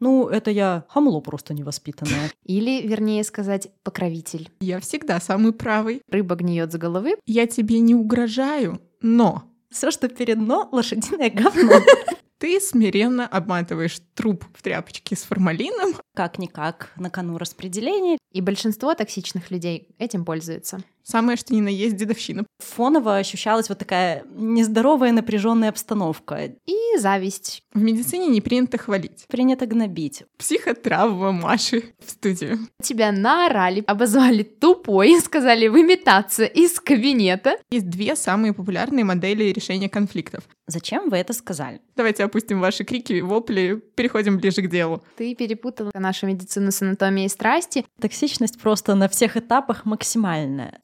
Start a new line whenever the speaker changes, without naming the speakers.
Ну, это я хамло просто невоспитанное.
Или, вернее сказать, покровитель.
Я всегда самый правый.
Рыба гниет за головы.
Я тебе не угрожаю, но
Все, что перед «но» — лошадиное говно.
ты смиренно обматываешь труп в тряпочке с формалином.
Как-никак, на кону распределение.
И большинство токсичных людей этим пользуются.
Самое, что ни на есть дедовщина.
Фоново ощущалась вот такая нездоровая напряженная обстановка.
И зависть.
В медицине не принято хвалить.
Принято гнобить.
Психотравма Маши в студию.
Тебя наорали, обозвали тупой, сказали выметаться из кабинета.
Есть две самые популярные модели решения конфликтов.
Зачем вы это сказали?
Давайте опустим ваши крики, вопли, переходим ближе к делу.
Ты перепутала нашу медицину с анатомией страсти.
Токсичность просто на всех этапах максимальная.